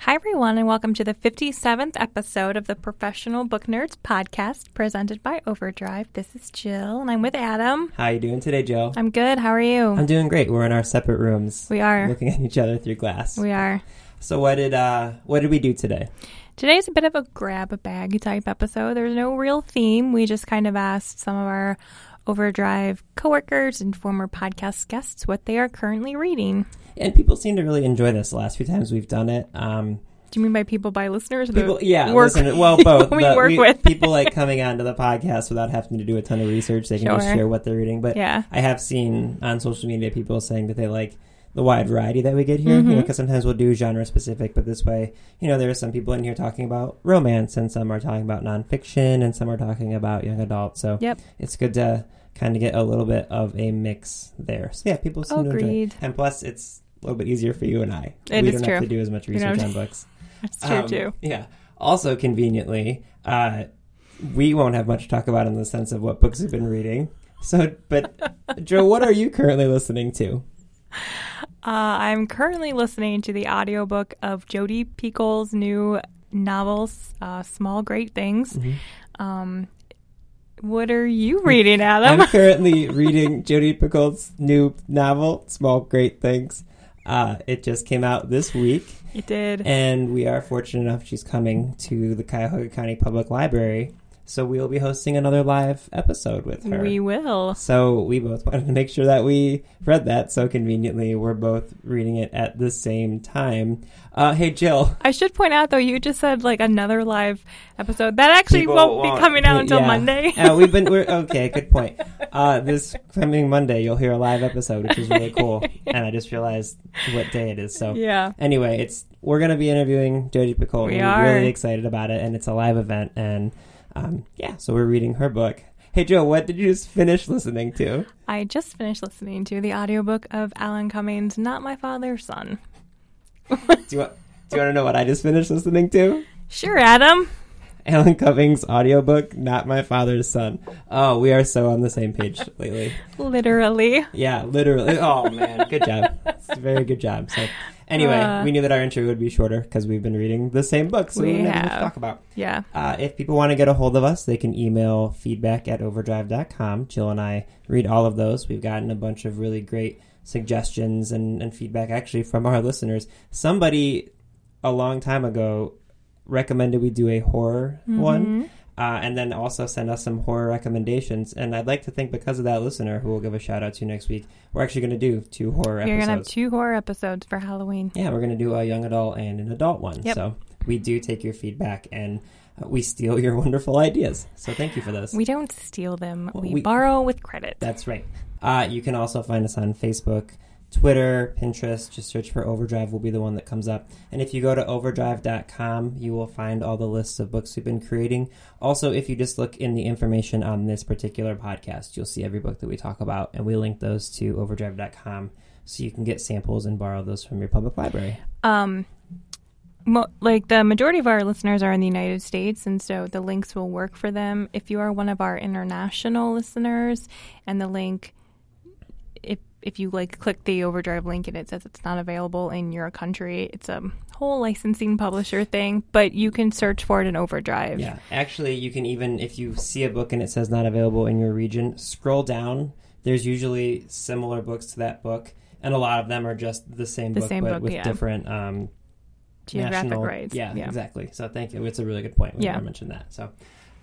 Hi, everyone, and welcome to the 57th episode of the Professional Book Nerds podcast presented by Overdrive. This is Jill, and I'm with Adam. How you doing today, Jill? I'm good. How are you? I'm doing great. We're in our separate rooms. We are. looking at each other through glass. we are. So what did uh what did we do today? Today's a bit of a grab a bag type episode. There's no real theme. We just kind of asked some of our Overdrive coworkers and former podcast guests what they are currently reading. And people seem to really enjoy this the last few times we've done it. Um Do you mean by people by listeners? or the people yeah, work- listen, well both we but work with. people like coming onto the podcast without having to do a ton of research. They can just Sure. share what they're reading. But Yeah. I have seen on social media people saying that they like the wide variety that we get here, you know, Mm-hmm. because sometimes we'll do genre specific, but this way, you know, there are some people in here talking about romance, and some are talking about nonfiction, and some are talking about young adults. So Yep. it's good to kind of get a little bit of a mix there. So yeah, people seem to enjoy Agreed. it, and plus it's a little bit easier for you and I. It we is don't true. have to do as much don't research have on books. That's true, Um, too. Yeah. Also, conveniently, uh, we won't have much to talk about in the sense of what books we've been reading. So, but Joe, what are you currently listening to? Uh, I'm currently listening to the audiobook of Jodi Picoult's new novels, uh, Small Great Things. Mm-hmm. Um, what are you reading, Adam? I'm currently reading Jodi Picoult's new novel, Small Great Things. Uh, it just came out this week, you did. and we are fortunate enough she's coming to the Cuyahoga County Public Library, so we will be hosting another live episode with her. We will. So we both wanted to make sure that we read that. So conveniently, we're both reading it at the same time. Uh, hey, Jill. I should point out, though, you just said like another live episode. That actually won't, be coming out until Yeah. Monday. Uh, we've been we're, okay. Good point. Uh, this coming Monday, you'll hear a live episode, which is really cool. and I just realized what day it is. So Yeah. Anyway, it's we're gonna be interviewing Jodie Picoult. We we're are. really excited about it, and it's a live event. And um, yeah, so we're reading her book. Hey, Joe, what did you just finish listening to? I just finished listening to the audiobook of Alan Cummings' Not My Father's Son. Do you want, do you want to know what I just finished listening to? Sure, Adam. Alan Cummings audiobook, Not My Father's Son. Oh, we are so on the same page lately. Literally. Yeah, literally. Oh, man. Good job. It's a very good job. So, anyway, Uh. we knew that our intro would be shorter because we've been reading the same book, so we, We don't have much have. to talk about. Yeah. Uh, if people want to get a hold of us, they can email feedback at overdrive.com. Jill and I read all of those. We've gotten a bunch of really great suggestions and, and feedback actually from our listeners. Somebody a long time ago recommended we do a horror Mm-hmm. one. Uh, and then also send us some horror recommendations. And I'd like to think because of that listener, who we'll give a shout out to next week, we're actually going to do two horror You're episodes. going to have two horror episodes for Halloween. Yeah, we're going to do a young adult and an adult one. Yep. So we do take your feedback and uh, we steal your wonderful ideas. So thank you for those. We don't steal them. Well, we, we- borrow with credit. That's right. Uh, you can also find us on Facebook, Twitter, Pinterest. Just search for Overdrive, will be the one that comes up. And if you go to overdrive.com, you will find all the lists of books we've been creating. Also, if you just look in the information on this particular podcast, you'll see every book that we talk about. And we link those to overdrive.com so you can get samples and borrow those from your public library. Um, mo- like the majority of our listeners are in the United States, and so the links will work for them. If you are one of our international listeners, and the link, if if you like click the overdrive link and it says it's not available in your country, it's a whole licensing publisher thing, but you can search for it in overdrive. Yeah, actually, you can even if you see a book and it says not available in your region, scroll down. There's usually similar books to that book, and a lot of them are just the same The book, same but book, with yeah. different um, Geographic national rights. Yeah, Yeah. exactly. So thank you. It's a really good point. We Yeah. yeah. mentioned that. So,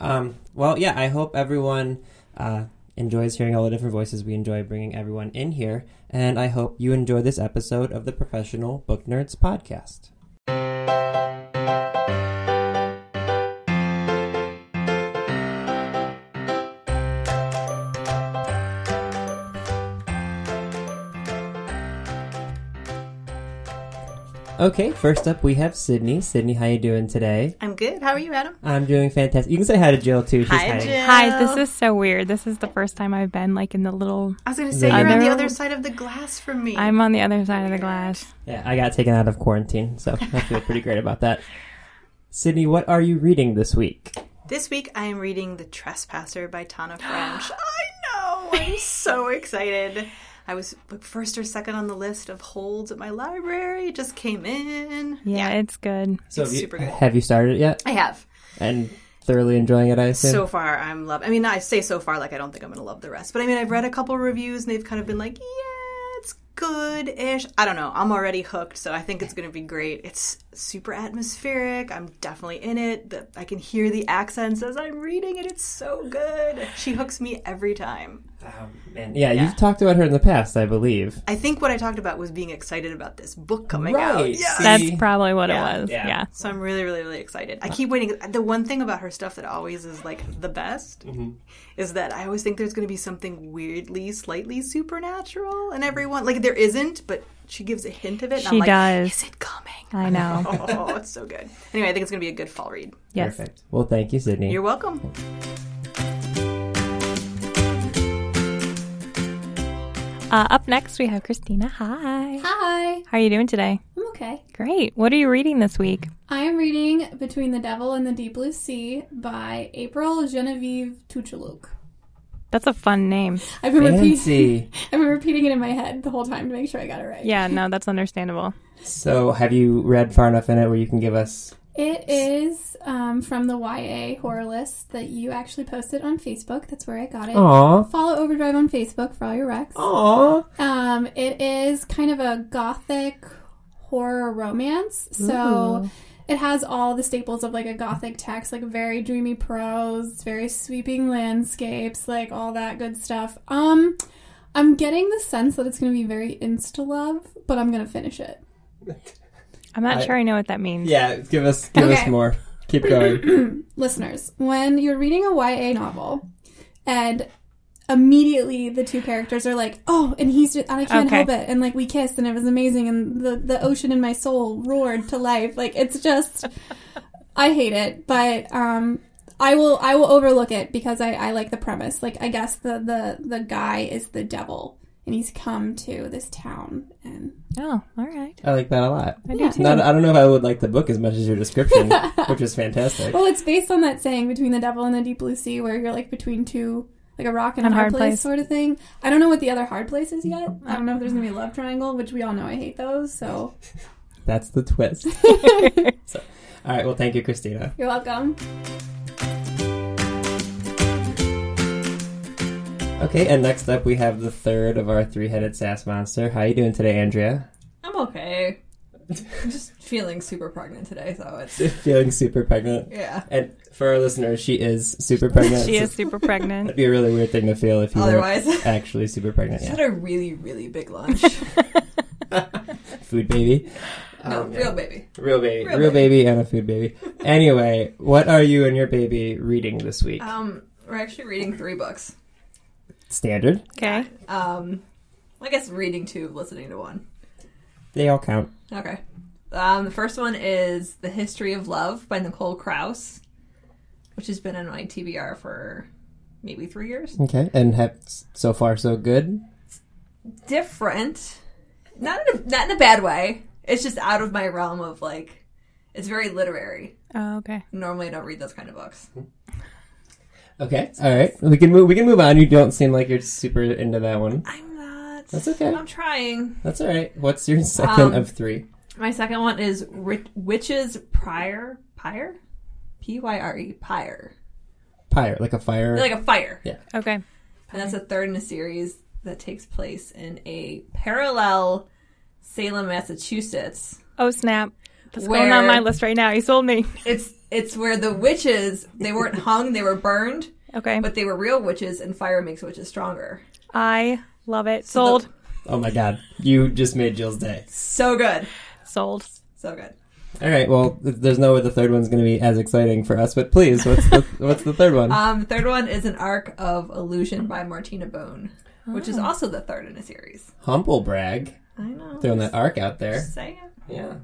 um, well, yeah. I hope everyone uh, enjoys hearing all the different voices. We enjoy bringing everyone in here, and I hope you enjoy this episode of the Professional Book Nerds podcast. Okay, first up we have Sydney. Sydney, how you doing today? I'm good. How are you, Adam? I'm doing fantastic. You can say hi to Jill too. She's hiding. Hi, this is so weird. This is the first time I've been like in the little. I was going to say you're on Other- the other side of the glass from me. Um, I'm on the other side of the glass. Yeah, I got taken out of quarantine, so I feel pretty great about that. Sydney, what are you reading this week? This week I am reading The Trespasser by Tana French. I know. I'm so excited. I was like first or second on the list of holds at my library. It just came in. Yeah, it's good. So It's have you- super good. Have you started it yet? I have. And thoroughly enjoying it, I assume. So far, I'm love. I mean, I say so far like I don't think I'm going to love the rest, but I mean, I've read a couple reviews and they've kind of been like, yeah, it's good-ish. I don't know. I'm already hooked, so I think it's going to be great. It's super atmospheric. I'm definitely in it. The, I can hear the accents as I'm reading it. It's so good. She hooks me every time. Um, And yeah, you've talked about her in the past, I believe. I think what I talked about was being excited about this book coming out. Right. Yeah. See? That's probably what Yeah. it was. Yeah. Yeah. So I'm really, really, really excited. I keep waiting. The one thing about her stuff that always is like the best Mm-hmm. is that I always think there's going to be something weirdly, slightly supernatural, and everyone like there isn't, but she gives a hint of it. And I'm She like, does. Is it coming? I know. Oh, it's so good. Anyway, I think it's going to be a good fall read. Yes. Perfect. Well, thank you, Sydney. You're welcome. Uh, up next, we have Christina. Hi. Hi, How are you doing today? I'm okay. Great. What are you reading this week? I am reading Between the Devil and the Deep Blue Sea by April Genevieve Tucheluk. That's a fun name. I've been repeating Fancy. I've been repeating it in my head the whole time to make sure I got it right. Yeah, no, that's understandable. so, have you read far enough in it where you can give us? It is um, from the YA horror list that you actually posted on Facebook. That's where I got it. Aw, Follow Overdrive on Facebook for all your recs. aw. Um, it is kind of a gothic horror romance. So it has all the staples of like a gothic text, like very dreamy prose, very sweeping landscapes, like all that good stuff. Um, I'm getting the sense that it's going to be very insta love, but I'm going to finish it. I'm not I- sure I know what that means. Yeah, give us, give us Okay. more. Keep going. listeners, when you're reading a YA novel and immediately the two characters are like, "Oh, and he's just, and I can't Okay. help it." And like we kissed and it was amazing and the the ocean in my soul roared to life. Like it's just I hate it, but um I will I will overlook it because I, I like the premise. Like I guess the, the the guy is the devil and he's come to this town and Oh, all right. I like that a lot. I Yeah. do too. Not, I don't know if I would like the book as much as your description, which is fantastic. Well, it's based on that saying between the devil and the deep blue sea, where you're like between two, like a rock and a And hard, hard place, place. sort of thing. I don't know what the other hard place is yet. I don't know if there's gonna be a love triangle, which we all know I hate those. So That's the twist. so, all right. Well, thank you, Christina. you're welcome. Okay, and next up we have the third of our three-headed sass monster. How you doing today, Andrea? I'm okay. I'm just feeling super pregnant today, so it's Feeling super pregnant. yeah. And for our listeners, she is super pregnant. She So is super pregnant. That'd be a really weird thing to feel if you Otherwise, were actually super pregnant. just Yeah. had a really really big lunch. Food baby. no, Um, real baby. Real baby. Real, Real baby. and a food baby. anyway, what are you and your baby reading this week? Um, we're actually reading three books. Standard. Okay. Um, I guess reading two, listening to one. They all count. Okay. Um, the first one is The History of Love by Nicole Krauss, which has been in my TBR for maybe three years. Okay. And have so far so good. different. Not in a, not in a bad way. It's just out of my realm of like. It's very literary. Oh, okay. Normally, I don't read those kind of books. Hmm. Okay. All right. We can move. We can move on. You don't seem like you're super into that one. I'm not. That's okay. I'm trying. That's all right. What's your second Um, of three? My second one is Ri- Witches Pyre. Pyre? P Y R E. Pyre. Pyre, like a fire. Like a fire. Yeah. Okay. And that's a third in a series that takes place in a parallel Salem, Massachusetts, Oh, snap. That's going Where- on my list right now. You sold me. It's it's where the witches they weren't hung, they were burned, Okay. but they were real witches, and fire makes witches stronger. I love it. Sold. oh my god, you just made Jill's day. So good, Sold. so good. All right. Well, th- there's no way the third one's going to be as exciting for us. But please, what's the what's the third one? Um, the third one is an arc of illusion by Martina Bone, which Oh. is also the third in a series. Humble brag. I know. Throwing that arc out there. Saying Yeah.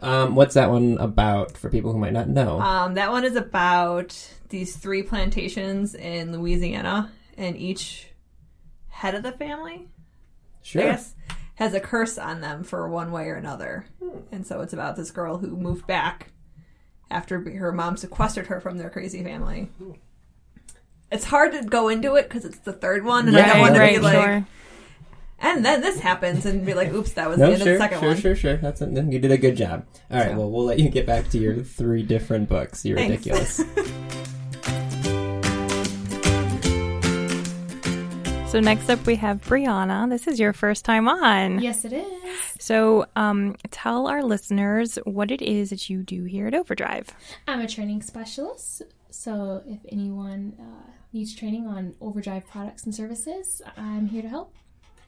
Um, what's that one about for people who might not know? Um, that one is about these three plantations in Louisiana, and each head of the family, sure. I guess, has a curse on them for one way or another. And so it's about this girl who moved back after be- her mom sequestered her from their crazy family. It's hard to go into it because it's the third one, and I Right, don't want to be right, like, and then this happens, and be like, oops, that was the No, end of sure, the second sure, one. sure, sure. That's it. you did a good job. All right, So. well, we'll let you get back to your three different books. You're Thanks. ridiculous. So next up we have Brianna. This is your first time on. Yes, it is. So um, tell our listeners what it is that you do here at Overdrive. I'm a training specialist, so if anyone uh, needs training on Overdrive products and services, I'm here to help.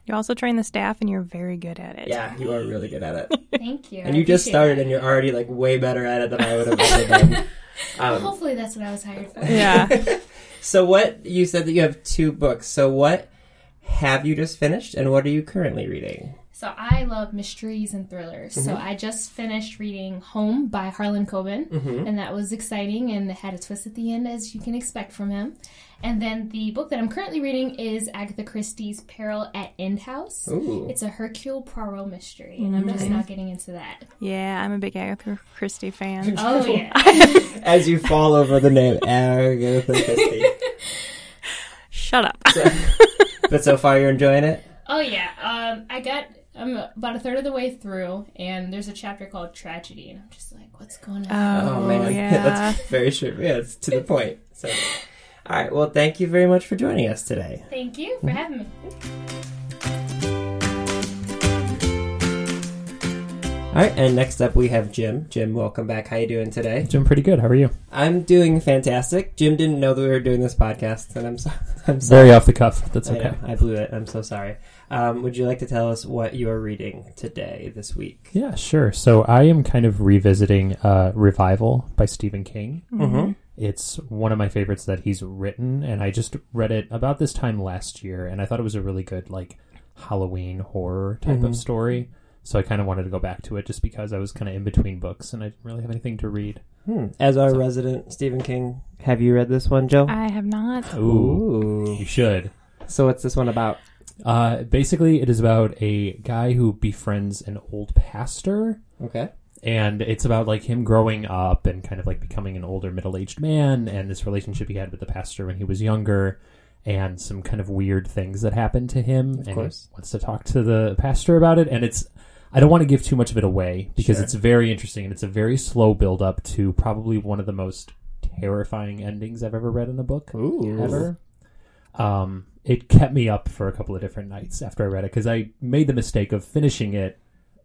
You also train the staff, and you're very good at it. yeah, you are really good at it, Thank you. and I you just appreciate started, that. and you're already like way better at it than I would have ever been. Um, Hopefully, that's what I was hired for. Yeah. so, what you said that you have two books. So, what have you just finished, and what are you currently reading? So I love mysteries and thrillers. So Mm-hmm. I just finished reading Home by Harlan Coben, Mm-hmm. and that was exciting and had a twist at the end, as you can expect from him. And then the book that I'm currently reading is Agatha Christie's Peril at End House. Ooh. Mm-hmm. It's a Hercule Poirot mystery, and I'm just not getting into that. yeah, I'm a big Agatha Christie fan. Oh yeah. As you fall over the name Agatha Christie. Shut up. But so far, you're enjoying it. Oh yeah, um, I got I'm about a third of the way through, and there's a chapter called Tragedy, and I'm just like, what's going on? Oh, man, yeah. that's very sure. Yeah, it's to the point. So, all right. Well, thank you very much for joining us today. Thank you Mm-hmm. for having me. All right, and next up we have Jim. Jim, welcome back. How you doing today? Doing pretty good. How are you? I'm doing fantastic. Jim didn't know that we were doing this podcast, and I'm so I'm sorry. Very off the cuff. but That's I, know, okay. I blew it. I'm so sorry. Um, would you like to tell us what you are reading today, this week? Yeah, sure. So I am kind of revisiting uh, Revival by Stephen King. Mm-hmm. It's one of my favorites that he's written, and I just read it about this time last year, and I thought it was a really good like Halloween horror type of story. So I kind of wanted to go back to it just because I was kind of in between books and I didn't really have anything to read. As our resident Stephen King, have you read this one, Joe? I have not. Ooh, Ooh. you should. So what's this one about? Uh, basically, it is about a guy who befriends an old pastor Okay. and it's about like him growing up and kind of like becoming an older middle-aged man and this relationship he had with the pastor when he was younger and some kind of weird things that happened to him of and he course. wants to talk to the pastor about it and it's I don't want to give too much of it away because Sure. it's very interesting and it's a very slow build up to probably one of the most terrifying endings I've ever read in a book Ooh. ever. Um, it kept me up for a couple of different nights after I read it because I made the mistake of finishing it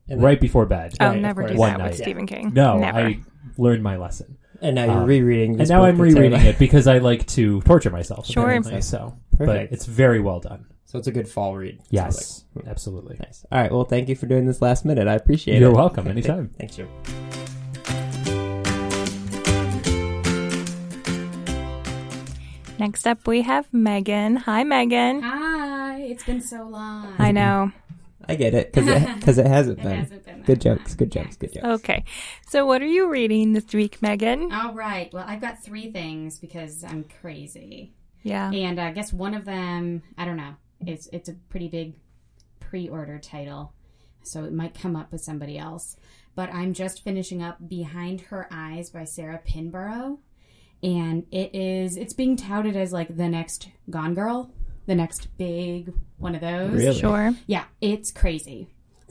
And right before bed. I'll Right, of never do course. One that night. with Stephen King. No, never. I learned my lesson, And now you're Um, rereading. and This now book I'm that's rereading out. it because I like to torture myself. Sure. apparently, so but Perfect. it's very well done. So it's a good fall read. sounds like. Yes, hmm. absolutely. Nice. All right. Well, thank you for doing this last minute. I appreciate it. You're welcome. Anytime. Thanks, Jim. Next up we have Megan. Hi, Megan. Hi, it's been so long. I know. I get it because it, 'cause it hasn't been. hasn't been that good jokes. Good jokes. Good jokes. Okay. So, what are you reading this week, Megan? All right. Well, I've got three things because I'm crazy, Yeah. and I guess one of them, I don't know. It's it's a pretty big pre-order title, so it might come up with somebody else. But I'm just finishing up "Behind Her Eyes" by Sarah Pinborough, and it is it's being touted as like the next Gone Girl, the next big one of those. Really? Sure. Yeah, it's crazy.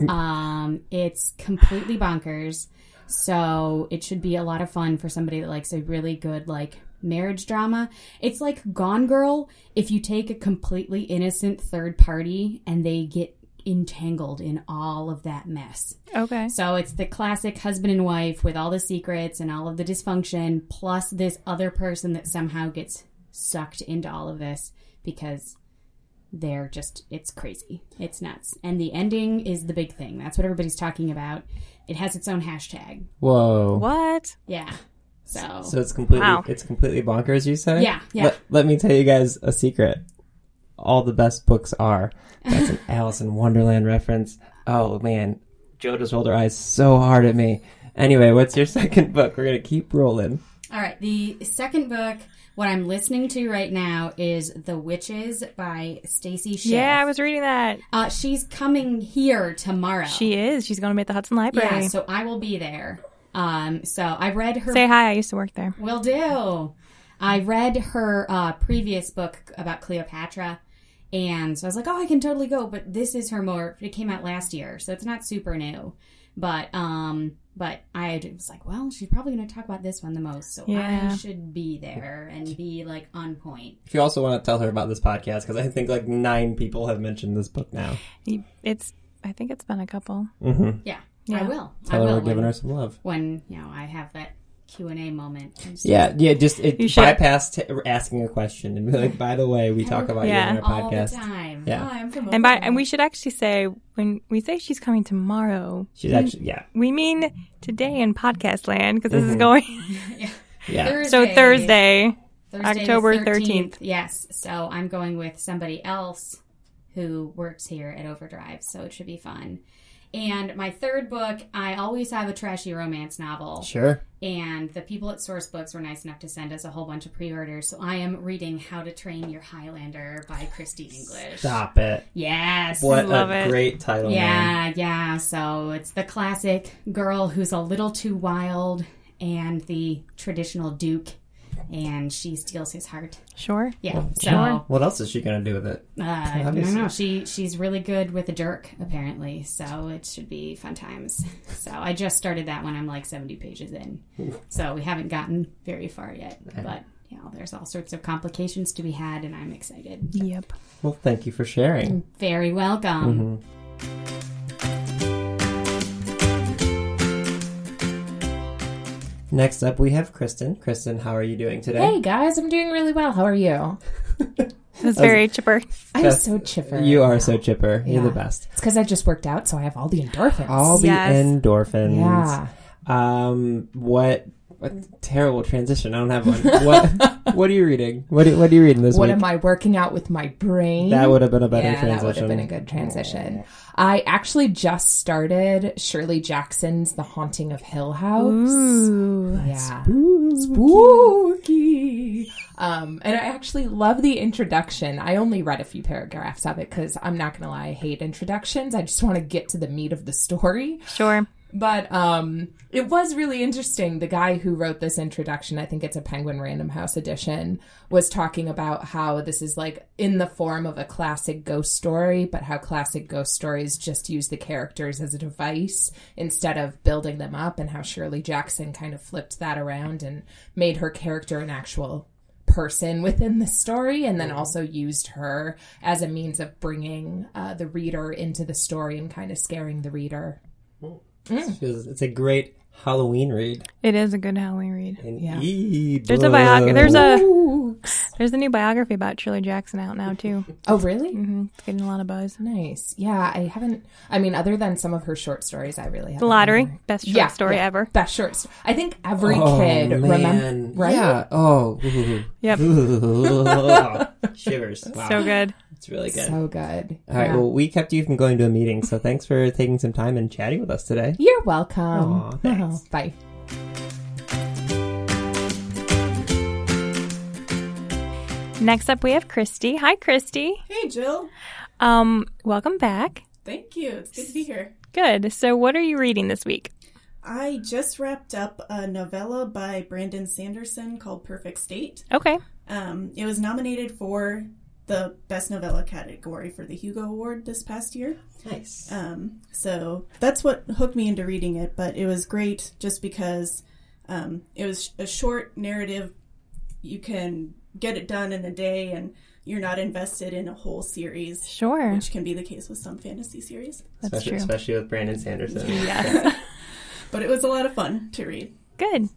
Um, it's completely bonkers. So it should be a lot of fun for somebody that likes a really good like marriage drama. It's like Gone Girl if you take a completely innocent third party and they get entangled in all of that mess. Okay. So it's the classic husband and wife with all the secrets and all of the dysfunction, plus this other person that somehow gets sucked into all of this because they're just, it's crazy. It's nuts. And the ending is the big thing. That's what everybody's talking about. It has its own hashtag. Whoa. What? Yeah. So, So it's completely Wow. it's completely bonkers. You say? Yeah, yeah. Let, let me tell you guys a secret. All the best books are. That's an Alice in Wonderland reference. Oh man, Joe just rolled her eyes so hard at me. Anyway, what's your second book? We're gonna keep rolling. All right. The second book, what I'm listening to right now, is The Witches by Stacy Schiff. Yeah, I was reading that. Uh, she's coming here tomorrow. She is. She's going to be at the Hudson Library. Yeah, so I will be there. Um, so I read her. Say hi. I used to work there. Will do. I read her uh, previous book about Cleopatra, and so I was like, oh, I can totally go. But this is her more. It came out last year, so it's not super new. But um, but I was like, well, she's probably going to talk about this one the most, so I Yeah. should be there and be like on point. If you also want to tell her about this podcast, because I think like nine people have mentioned this book now. You- It's. I think it's been a couple. Yeah, I Yeah. will. Tell I her will Mm-hmm. we're giving when, her some love. when you know I have that Q and A moment. I'm just- Yeah, yeah. Just it You should- bypass t- asking a question and be like, by the way, we talk about Yeah. you on our all podcast. the time. Yeah. Oh, I'm familiar. And by and we should actually say when we say she's coming tomorrow, She's actually yeah, Mm-hmm. we mean today in podcast land because this is going yeah. so Thursday. Thursday the October 13th. Yes. So I'm going with somebody else who works here at Overdrive. So it should be fun. And my third book, I always have a trashy romance novel. Sure. And the people at Source Books were nice enough to send us a whole bunch of pre orders. So I am reading How to Train Your Highlander by Christy English. Stop it. Yes. What love a it. great title. man. Yeah, yeah. So it's the classic girl who's a little too wild and the traditional duke, and she steals his heart. Sure. Yeah. So What else is she gonna do with it? uh, no, Obviously. no, she she's really good with a jerk apparently. So it should be fun times. So I just started that one. I'm like 70 pages in, so we haven't gotten very far yet. But you know, there's all sorts of complications to be had, and I'm excited. Yep. Well, thank you for sharing. Mm-hmm. Very welcome. Next up, we have Kristen. Kristen, how are you doing today? Hey guys, I'm doing really well. How are you? It was very chipper. I'm That's- so chipper. You are so chipper. You're the Yeah. best. It's because I just worked out, so I have all the endorphins. All the Yes. endorphins. yeah. Um, what a terrible transition. I don't have one. What What are you reading? What are, What are you reading this What week? am I working out with my brain? That would have been a better yeah, that would transition. have been a good transition. I actually just started Shirley Jackson's The Haunting of Hill House. yeah. spooky. Um, and I actually love the introduction. I only read a few paragraphs of it because I'm not gonna lie, I hate introductions. I just want to get to the meat of the story. Sure. But um, it was really interesting. The guy who wrote this introduction, I think it's a Penguin Random House edition, was talking about how this is like in the form of a classic ghost story, but how classic ghost stories just use the characters as a device instead of building them up, and how Shirley Jackson kind of flipped that around and made her character an actual person within the story and then also used her as a means of bringing uh, the reader into the story and kind of scaring the reader It's- It's a great Halloween read. It is a good Halloween read. An Yeah. e-book. There's a biography. There's a there's a new biography about Shirley Jackson out now too. Oh, really? hmm It's getting a lot of buzz. Nice. Yeah, I haven't. I mean, other than some of her short stories, I really The haven't. lottery, best short Yeah, story yeah. ever. Best short. St- I think every Oh, kid man. remembers. Right? Yeah. Oh. Ooh. Yep. Ooh. Shivers. Wow. So good. It's really good. So good. All right. Yeah. Well, we kept you from going to a meeting, so thanks for taking some time and chatting with us today. You're welcome. Aw, thanks. Bye. Next up, we have Christy. Hi, Christy. Hey, Jill. Um, welcome back. Thank you. It's good to be here. Good. So, what are you reading this week? I just wrapped up a novella by Brandon Sanderson called Perfect State. Okay. Um, it was nominated for the Best Novella category for the Hugo Award this past year. Nice. Um, so that's what hooked me into reading it, but it was great just because um, it was a short narrative. You can get it done in a day and you're not invested in a whole series, Sure. which can be the case with some fantasy series. That's especially, true. especially with Brandon Sanderson. But it was a lot of fun to read. Good.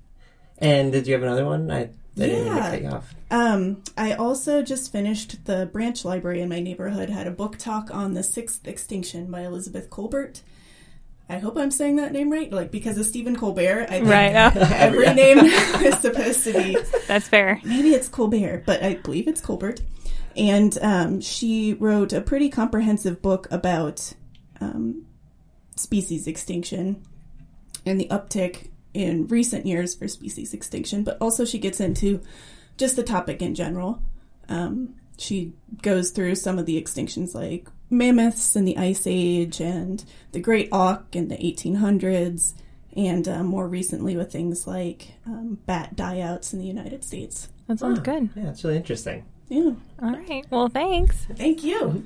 And did you have another one? I, I didn't even Yeah. take off. Um, I also just finished the branch library in my neighborhood had a book talk on the sixth extinction by Elizabeth Colbert. I hope I'm saying that name right, like because of Stephen Colbert. I think Right. Oh, every name is supposed to be that's fair. maybe it's Colbert, but I believe it's Colbert. And um, she wrote a pretty comprehensive book about um, species extinction and the uptick in recent years for species extinction, but also she gets into just the topic in general. Um, she goes through some of the extinctions like mammoths and the Ice Age and the Great Auk in the 1800s, and uh, more recently with things like um, bat dyouts in the United States. That sounds Oh, good. Yeah, it's really interesting. Yeah. All right. Well, thanks. Thank you.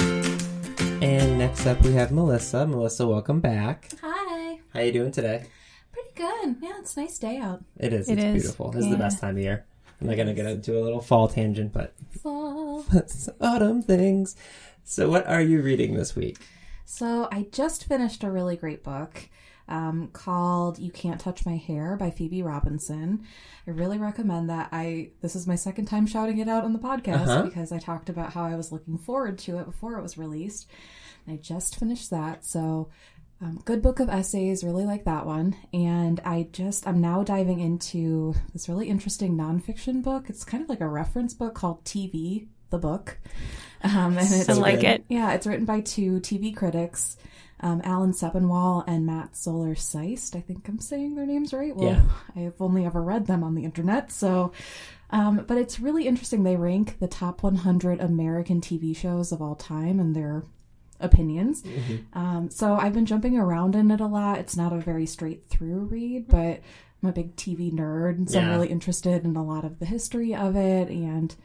And next up, we have Melissa. Melissa, welcome back. Hi. How you doing today? Pretty good. Yeah, it's a nice day out. It is. It it's is. beautiful. This is the Yeah. best time of year. I'm not gonna get into a little fall tangent, but Fall. it's autumn things. So, what are you reading this week? So I just finished a really great book um, called "You Can't Touch My Hair" by Phoebe Robinson. I really recommend that. I this is my second time shouting it out on the podcast Uh-huh. because I talked about how I was looking forward to it before it was released. And I just finished that, so um, good book of essays. Really like that one, and I just I'm now diving into this really interesting nonfiction book. It's kind of like a reference book called TV the book. Um, and it's I like it. yeah, it's written by two TV critics, um, Alan Sepinwall and Matt Solar Seist. I think I'm saying their names right. Well, Yeah. I've only ever read them on the internet, so. Um, but it's really interesting. They rank the top 100 American TV shows of all time and their opinions. Mm-hmm. Um, so I've been jumping around in it a lot. It's not a very straight through read, but I'm a big TV nerd, and so I'm Yeah. really interested in a lot of the history of it and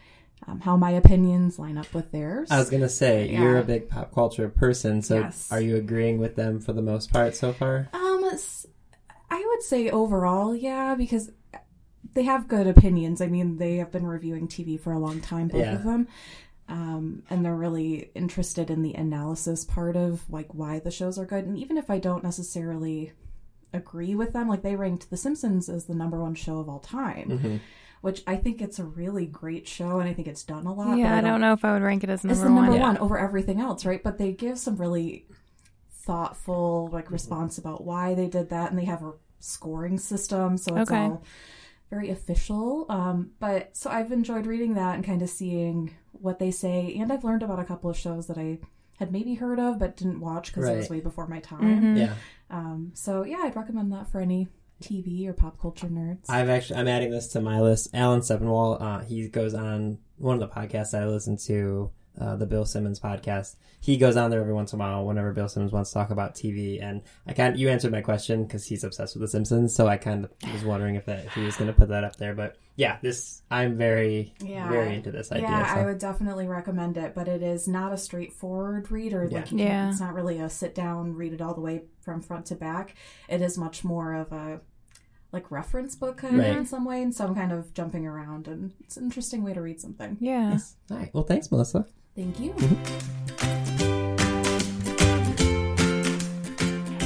um, how my opinions line up with theirs. I was gonna say you're Yeah. a big pop culture person, so Yes. are you agreeing with them for the most part so far? Um, s- I would say overall, yeah, because they have good opinions. I mean, they have been reviewing TV for a long time, both Yeah. of them. Um, and they're really interested in the analysis part of like why the shows are good. And even if I don't necessarily agree with them, like they ranked The Simpsons as the number one show of all time, Mm-hmm. which I think it's a really great show, and I think it's done a lot. but Yeah, I don't know if I would rank it as number, it's the number one. one, over everything else, right? But they give some really thoughtful like response about why they did that, and they have a scoring system, so it's Okay. all very official. Um, but so I've enjoyed reading that and kind of seeing what they say, and I've learned about a couple of shows that I had maybe heard of but didn't watch because it was Right. way before my time. Mm-hmm. Yeah, Um, so yeah, I'd recommend that for any TV or pop culture nerds. I've actually I'm adding this to my list. Alan Sepinwall, uh, he goes on one of the podcasts I listen to, uh, the Bill Simmons podcast. He goes on there every once in a while whenever Bill Simmons wants to talk about TV. And I kind you answered my question because he's obsessed with The Simpsons, so I kind of was wondering if that if he was gonna put that up there. But yeah, this I'm very Yeah. very into this idea. Yeah, so. I would definitely recommend it, but it is not a straightforward read or like you Yeah. can't- Yeah. it's not really a sit down, read it all the way from front to back. It is much more of a like reference book kind Right. of in some way and some kind of jumping around and it's an interesting way to read something. Yeah. All right. Well, thanks, Melissa. Mm-hmm. Thank you.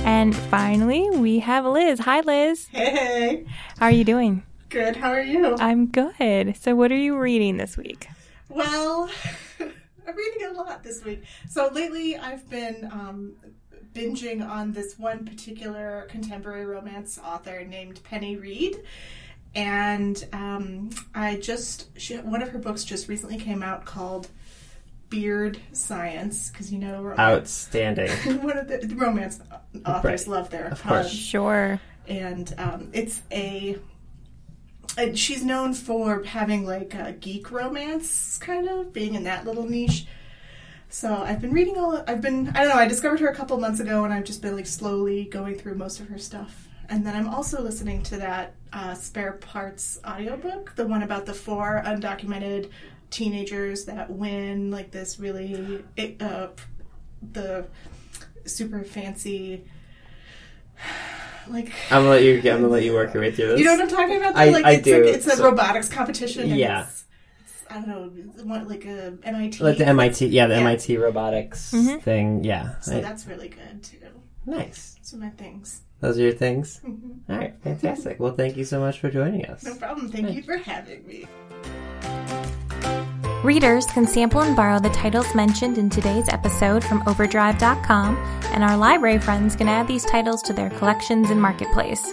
And finally, we have Liz. Hi, Liz. Hey, How are you doing? good. How are you? I'm good. So, what are you reading this week? Well, I'm reading a lot this week. So lately, I've been um, binging on this one particular contemporary romance author named Penny Reed, and um, I just she, one of her books just recently came out called Beard Science because you know romance, Outstanding. one of the the romance authors Right. love their Of course. um, Sure. and um, it's a and she's known for having like a geek romance kind of being in that little niche so i've been reading all i've been i don't know i discovered her a couple months ago and i've just been like slowly going through most of her stuff and then i'm also listening to that uh, spare parts audiobook the one about the four undocumented teenagers that win like this really it, uh, the super fancy like I'm gonna let you. I'm gonna let you work your way through this. you know what I'm talking about? though? I- like I it's do. Like, it's a So- robotics competition. And Yeah. It's, it's, I don't know, what, like a MIT. Like the MIT, yeah, the Yeah. MIT robotics Mm-hmm. thing, yeah. So Right. that's really good too. nice. Those are my things. Those are your things. Mm-hmm. All right, fantastic. Well, thank you so much for joining us. No problem. Thank you for having me. Readers can sample and borrow the titles mentioned in today's episode from Overdrive.com, and our library friends can add these titles to their collections and marketplace.